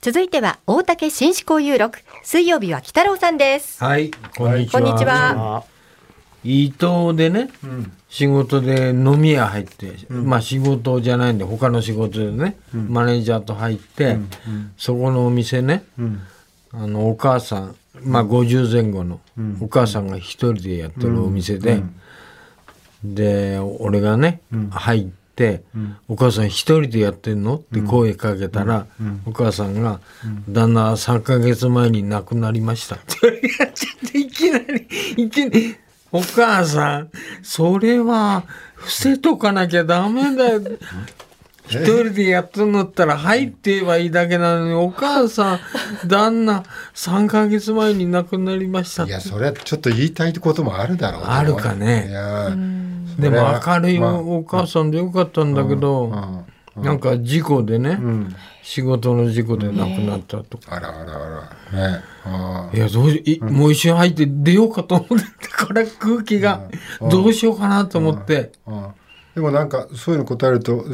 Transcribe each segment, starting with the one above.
続いては大竹新志向有録水曜日は北郎さんですはい、こんにちこは。んにちは伊藤でね、仕事で飲み屋入って、まあ仕事じゃないんで、他の仕事でね、マネージャーと入って、そこのお店ね、あの、お母さん、まあ50前後のお母さんが一人でやってるお店で、で、俺がね、入って、お母さん一人でやってんのって声かけたら、お母さんが、旦那3ヶ月前に亡くなりましたって言われて。ちょっと いきなり、いきなり、お母さん、それは伏せとかなきゃダメだよ。 一人でやってんだったら入って言えばいいだけなのに、お母さん、旦那、3ヶ月前に亡くなりましたっ いてや、それはちょっと言いたいこともあるだろうねあるかねいやーでも明るいまあお母さんでよかったんだけど、なんか事故でね、仕事の事故で亡くなったとか。あらあらあら。ね。あいや、どうし、いもう一瞬入って出ようかと思って、これ空気が、どうしようかなと思って、ーうんでもなんか、そういうの答えると、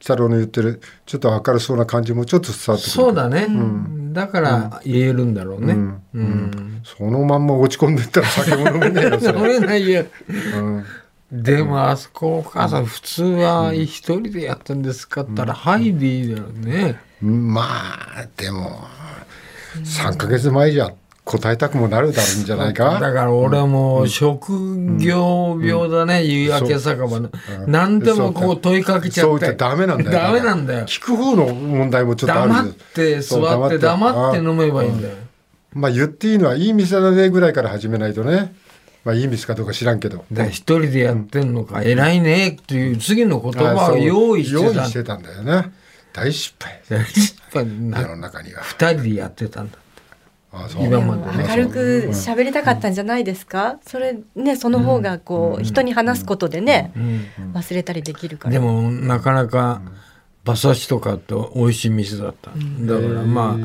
太郎の言ってる、ちょっと明るそうな感じもちょっと伝わってくる。そうだね。だから言えるんだろうね。うん。そのまんま落ち込んでったら酒も飲 めないよ、そ飲れ。めないよ。うんでも、あそこお母さん、普通は一人でやったんですかって言ったら、はいでいいだろうね。まあ、でも、3ヶ月前じゃ答えたくもなるだろうんじゃないだか。から俺はもう職業病だね、夕焼け酒場の。何でもこう問いかけちゃそうっ言て。ってダメなんだよ。ダメなんだよ。聞く方の問題もちょっとある黙って座って黙っての飲めばいいんだよ。まあ言っていいのはいい店だねぐらいから始めないとね。まあいい店かどうか知らんけど。だから一人でやってんのか、偉いねっていう次の言あ葉そをう用意して用た意んしだ。てたんだよね。大失敗。やっぱな世の中には。二人でやってたんだ。あそう今までね明るく喋りたかったんじゃないですかそれねその方がこう人に話すことでね忘れたりできるからでもなかなか馬刺しとかって美味しい店だった。だからま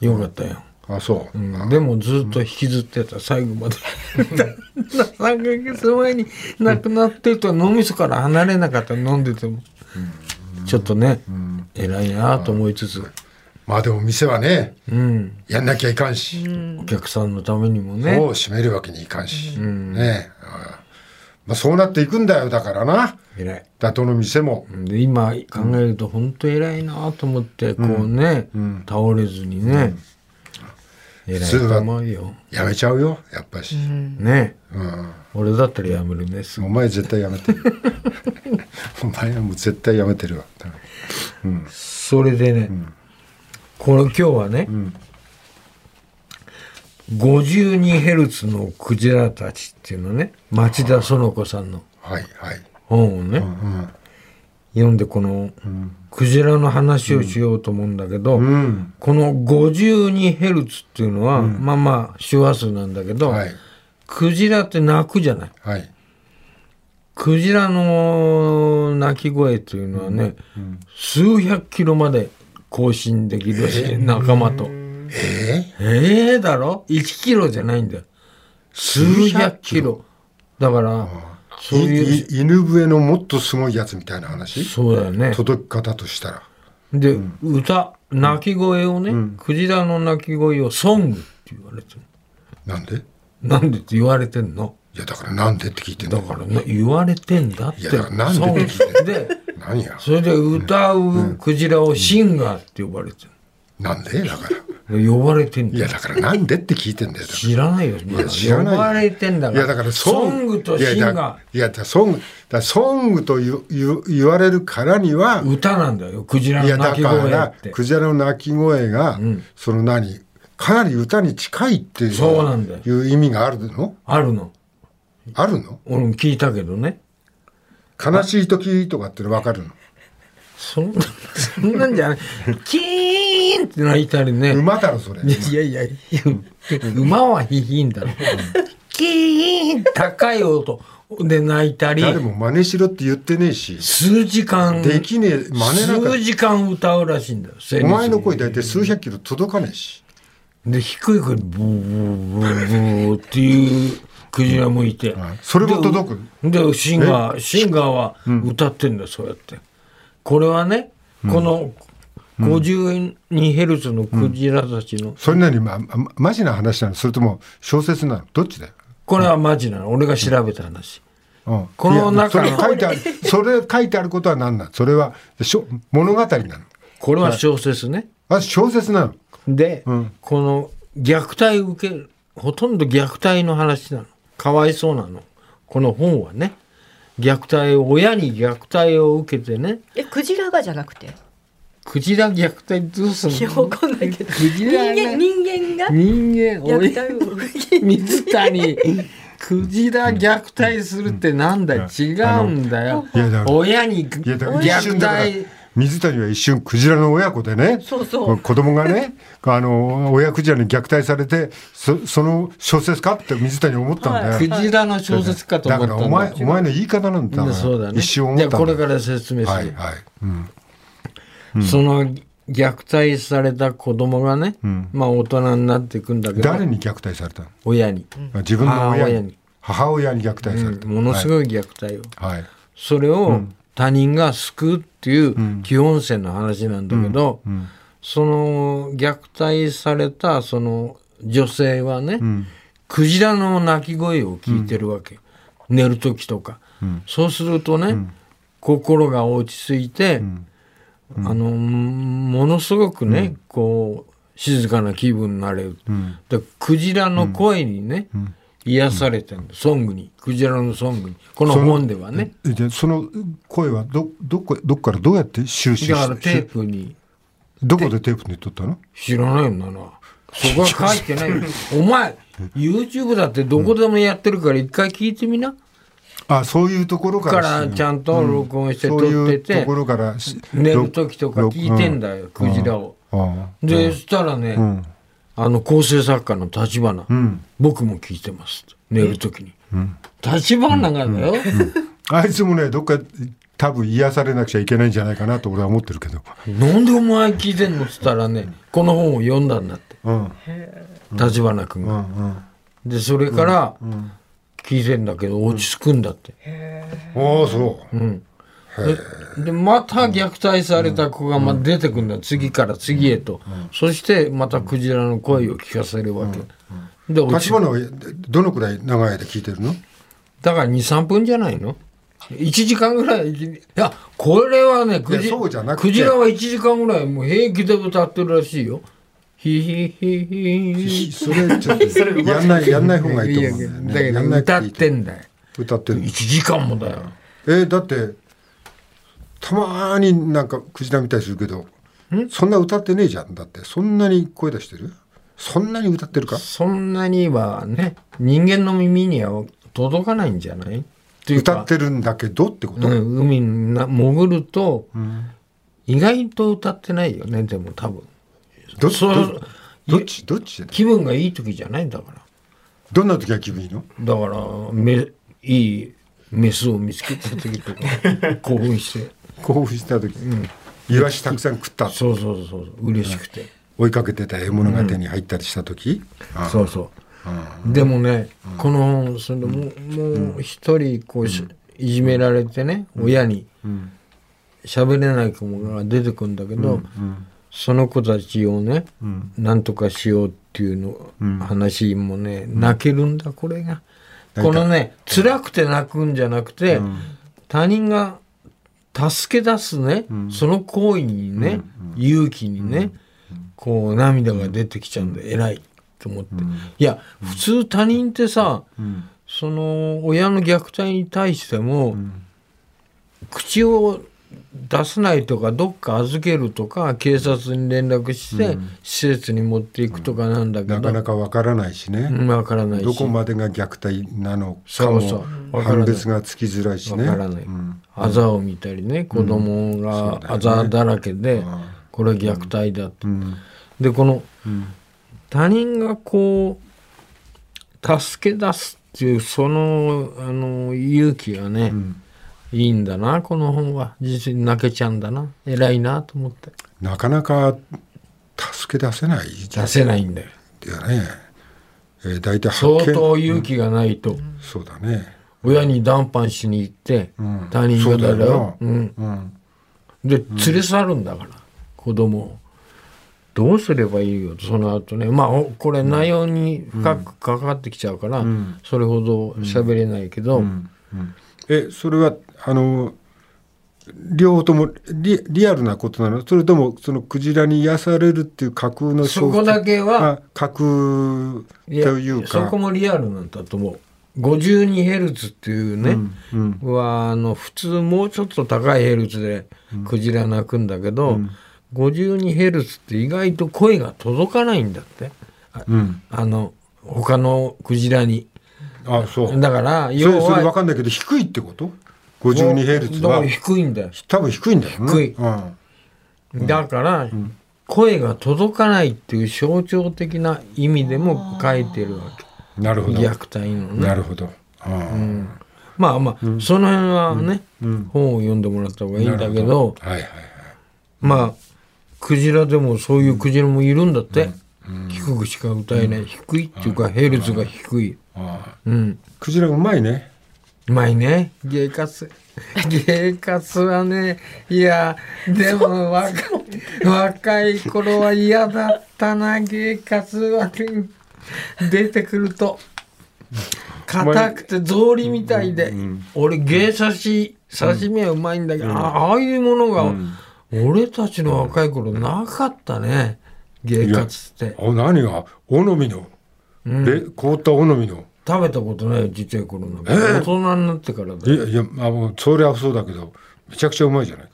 あよかったよ。あ、そう。うんでもずっと引きずってた最後まで3ヶ月前に亡くなってと脳みそから離れなかった飲んでてもちょっとね偉いなと思いつつ、まあでも店はね、うん、やんなきゃいかんし。お客さんのためにもねもう閉めるわけにいかんし。ねえ。ああまあそうなっていくんだよ、だからな。偉いだどの店も。で今考えると本当偉いなと思ってこうね、倒れずにね、偉いと思うよ、やめちゃうよ、やっぱし。ねうん俺だったらやめるねすぐお前絶対やめ てる。お前はもう絶対やめてるわ。それでね、この今日はね、52ヘルツのクジラたちっていうのね、町田園子さんのはいはい。本をね、読んでこのクジラの話をしようと思うんだけど、んこの52ヘルツっていうのは、まあまあ周波数なんだけど、はいクジラって鳴くじゃない。はい。クジラの鳴き声というのはね、数百キロまで更新できるらしいね仲間と。えええだろ ?1 キロじゃないんだよ。数百キロ。だから、そういう、いい犬笛のもっとすごいやつみたいな話そうだよね。届き方としたら。で、歌、鳴き声をね、クジラの鳴き声をソングって言われてる。なんでいなんでって言われてんの。や、だからなんでって聞いてんだのからね、言われてんだって。いやだからなんでソング聞いてんので、何やそれで歌うクジラをシンガーって呼ばれてる。なんでだから。で呼ばれてんいだや、よ。だからなんでって聞いてんだよ。だか知らないよ。らいや、知らないよ。呼ばれてんだから。いや、だからソングとシンいや、だガいやだからソング、だからソングと言言言われるからにはー。、歌なんだよ。クジラいのや鳴だきか声らって。クジラの鳴き声が、その何かなり歌に近いっていうそうなんだよいう意味があるのあるの。あるの俺も聞いたけどね。悲しい時とかっての分かるの、そんな、 そんなんじゃない。キーンって鳴いたりね。馬だろそれいやいやいや、馬はヒヒンだろ。キーン高い音で鳴いたり、誰も真似しろって言ってねえし数時間、できねえ真似なんか数時間歌うらしいんだよ。お前の声大体数百キロ届かねえしで、低い声でブーブーブーブーっていうクジラもいて。それも届くで、シンガー、シンガーは歌ってんだよ、そうやって。これはね、この52ヘルツのクジラたちの、それなりに、ま、まマジな話なのそれとも小説なのどっちだよ、これはマジなの俺が調べた話、うん、このいや中のそれ書いてあるそれ書いてあることは何なのそれはしょ物語なのこれは小説ね、あ小説なので、この虐待受けるほとんど虐待の話なのかわいそうなのこの本はね虐待を親に虐待を受けてねえクジラがじゃなくてクジラ虐待どうすいやるのわかんないけどクジ人ラ間ね人間が人間俺虐待を受け水谷クジラ虐待するってなんだ、違うんだよいやだから親にいやだから一瞬虐だから待水谷は一瞬クジラの親子でねそうそう子供 がねあの親クジラに虐待されてそその小説かって水谷思ったんだよ、はクジラの小説かと思だったんかだらお前お前の言い方なんだからそうだね一瞬思ったじゃあこれから説明する、はいはい、うんその虐待された子供がね、まあ大人になっていくんだけど誰に虐待されたの親に、自分の母親親にに母親に虐待された、ものすい、ごい虐待を、はいはいそれを他人が救うっていう基本線の話なんだけど、その虐待されたその女性はね、クジラの鳴き声を聞いてるわけ、寝る時とか、そうするとね、心が落ち着いて、あのものすごくね、こう静かな気分になれる、だからクジラの声にね、癒されてるソングにクジラのソングにこの本ではね、えじゃあその声はどどこどこからどうやって収集だからしテてープにどこでテープに撮ったの知らないんだなそこは書いてないお前 YouTube だってどこでもやってるから一回聞いてみな、あそういうところかかららちゃんと録音して撮そうっていうとて、ころからし寝る時とか聞いてんだよ、クジラを、ああで、そしたらね、あの構成作家の立花、僕も聞いてますって寝る時に、立花がだよ、あいつもねどっか多分癒されなくちゃいけないんじゃないかなと俺は思ってるけど、なんでお前聞いてんのっつったらねこの本を読んだんだってうん立花君が、でそれから聞いてんだけど落ち着くんだって、ああそう、ででまた虐待された子がまあ出てくるんだ、次から次へと、そしてまたクジラの声を聞かせるわけ、で落ち立花はどのくらい長い間聞いてるのだから23分じゃないの1時間ぐらいいやこれはねクいジやそうじゃなくてクジラは1時間ぐらいもう平気で歌ってるらしいよヒヒヒヒヒそれちょっ とやんないやんない方がいいと思うんだだけよねやどんない歌っいいてんだよ歌ってる1時間もだよえーだってたまーになんかクジラみたいにするけどそんな歌ってねえじゃんだってそんなに声出してるそんなに歌ってるかそんなにはね人間の耳には届かないんじゃないっていうか歌ってるんだけどってこと、うん、海にな潜ると、意外と歌ってないよねでも多分どっちそどうどっちどっち気分がいい時じゃないんだからどんな時は気分いいのだからめいいメスを見つけた時とか 興奮して興奮した時、イワシたくさん食ったそうそうそうそう嬉しくて、追いかけてた獲物が手に入ったりした時、あそうそう、でもね、このそれでも,、もう一人こうし、いじめられてね親に喋、れない子が出てくんだけど、その子たちをね、なんとかしようっていうの、話もね泣けるんだこれが、このね辛くて泣くんじゃなくて、他人が助け出すね、その行為にね、勇気にね、こう涙が出てきちゃうんで、偉いと思って、いや普通他人ってさ、その親の虐待に対しても、口を出さないとかどっか預けるとか警察に連絡して施設に持っていくとかなんだけど、なかなかわからないしね、分からないしどこまでが虐待なのかそうそもうわからない判別がつきづらいしねわからない、あざを見たりね子供があざだらけで、これは虐待だと、でこの、他人がこう助け出すっていうそのあの勇気がね、いいんだなこの本は実に泣けちゃうんだな偉いなと思ってなかなか助け出せないじゃ出せないんだよね、えー、大体発相見当勇気がないと、そうだね親に談判しに行って、他人がだそうだようんで連れ去るんだから、子供をどうすればいいよとその後ねまあおこれ内容に深く関わってきちゃうから、んそれほど喋れないけど、えそれはあの両方ともリリアルなことなのそれともそのクジラに癒されるっていう架空のそこだけはあ架空といやいうかそこもリアルなんだと思う 52Hz っていうね、うんはあの普通もうちょっと高いヘルツでクジラ鳴くんだけど、52ヘルツって意外と声が届かないんだってあ,、うんの他のクジラにあそうそれだからそれ要は分かんないけど低いってこと52ヘルツだかはら低いんだよ、多分低いんだよね低いうんだから声が届かないっていう象徴的な意味でも書いてるわなるけほど虐待のねなるほどうんまあまあ、その辺はね、本を読んでもらった方がいいんだけなるどはいはいはいまあクジラでもそういうクジラもいるんだって、低くしか歌えない、低いっていうか、ヘルツが低いああうんクジラうまいねうまいねゲイカスゲイカスはねいやでも若い若い頃は嫌だったなゲイカスは出てくると硬くて草履みたいで、俺ゲイ刺し刺身はうまいんだけど、あああいうものが、俺たちの若い頃なかったねゲイカツってあ何が尾のみの、で凍った尾のみの食べたことないよちっちゃい頃の、大人になってからだよいやいやまあもうそれはそうだけどめちゃくちゃうまいじゃないか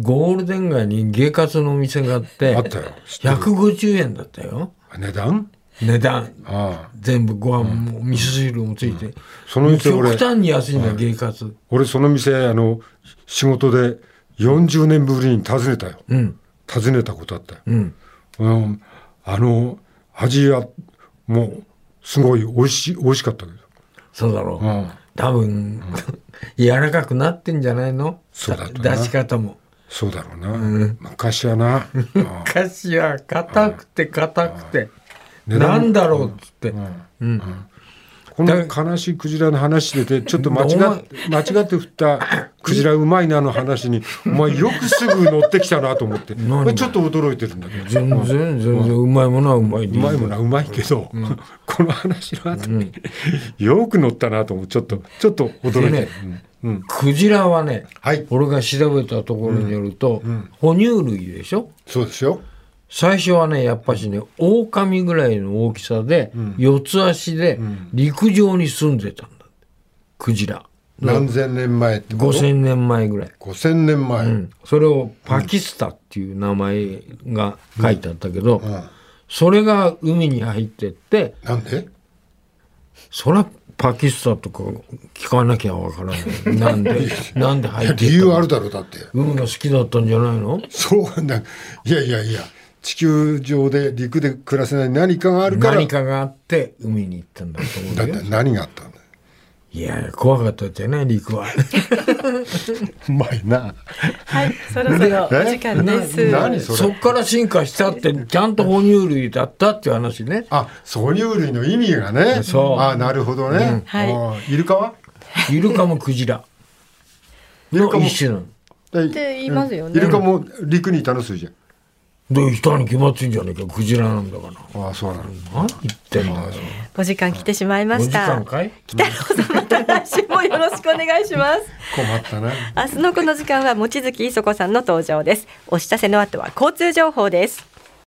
ゴールデン街にゲカツのお店があって、あったよ知ってる150円だったよ。値段値段。ああ全部ご飯も味噌汁もついて。その店極俺端に安いんだ、ゲカツ。俺その店あの仕事で40年ぶりに訪ねたようん、訪ねたことあったよ、うん。うん、あの味はもうすごい美味しい美味しかったけど、そうだろうう。ん、多分、柔らかくなってんじゃないのそうだとな出し方も。そうだろうな、昔はなああ歌詞は硬くて硬くて。値段もなんだろうっつって。うん。この悲しいクジラの話で てちょっと間違っお前間違って振ったクジラうまいなの話 にお前よくすぐ乗ってきたなと思って何俺ちょっと驚いてるんだけど全然、全然、うまいものはうまいでういいまいものはうまいけど、この話の後に、よく乗ったなと思うちょっとちょっと驚いてでるね、クジラはね、はい俺が調べたところによると、哺乳類でしょそうですよ最初はねやっぱしね狼ぐらいの大きさで、四つ足で陸上に住んでたんだってクジラ何千年前ってこと5,000年前ぐらい、 5000年前、うんそれをパキスタっていう名前が書いてあったけど、んそれが海に入ってってなんでそりゃパキスタとか聞かなきゃわからないなん でなんで入っていったのあるだろうだって海が好きだったんじゃないのそうなんいやいやいや地球上で陸で暮らせない何かがあるから何かがあって海に行ったんだとだ思うっよて何があったんだよいや怖かったじゃない陸は。うまいなはい、そろそろお時間です。な何それそっから進化したってちゃんと哺乳類だったっていう話ねあ、哺乳類の意味がね。そうあ、なるほどね。はいい。イルカは？イルカもクジライルカのも一種なのって言いますよねイルカも陸にいたのするじゃで人に決まってんじゃねえかクジラなんだからん。あ、そうなの。何言ってんだよお時間来てしまいま5し時た間。かい北野さんまた来週もよろしくお願いします。困ったな。明日のこの時間は望月磯子さんの登場です。お知らせの後は交通情報です。